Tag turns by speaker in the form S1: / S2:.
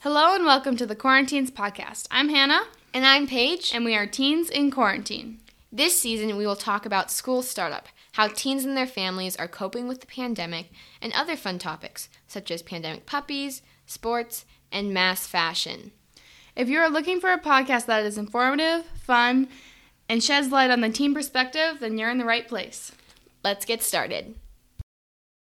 S1: Hello and welcome to the Quarantines Podcast. I'm Hannah.
S2: And I'm Paige.
S1: And we are Teens in Quarantine.
S2: This season, we will talk about school startup, how teens and their families are coping with the pandemic, and other fun topics such as pandemic puppies, sports, and mass fashion.
S1: If you are looking for a podcast that is informative, fun, and sheds light on the teen perspective, then you're in the right place.
S2: Let's get started.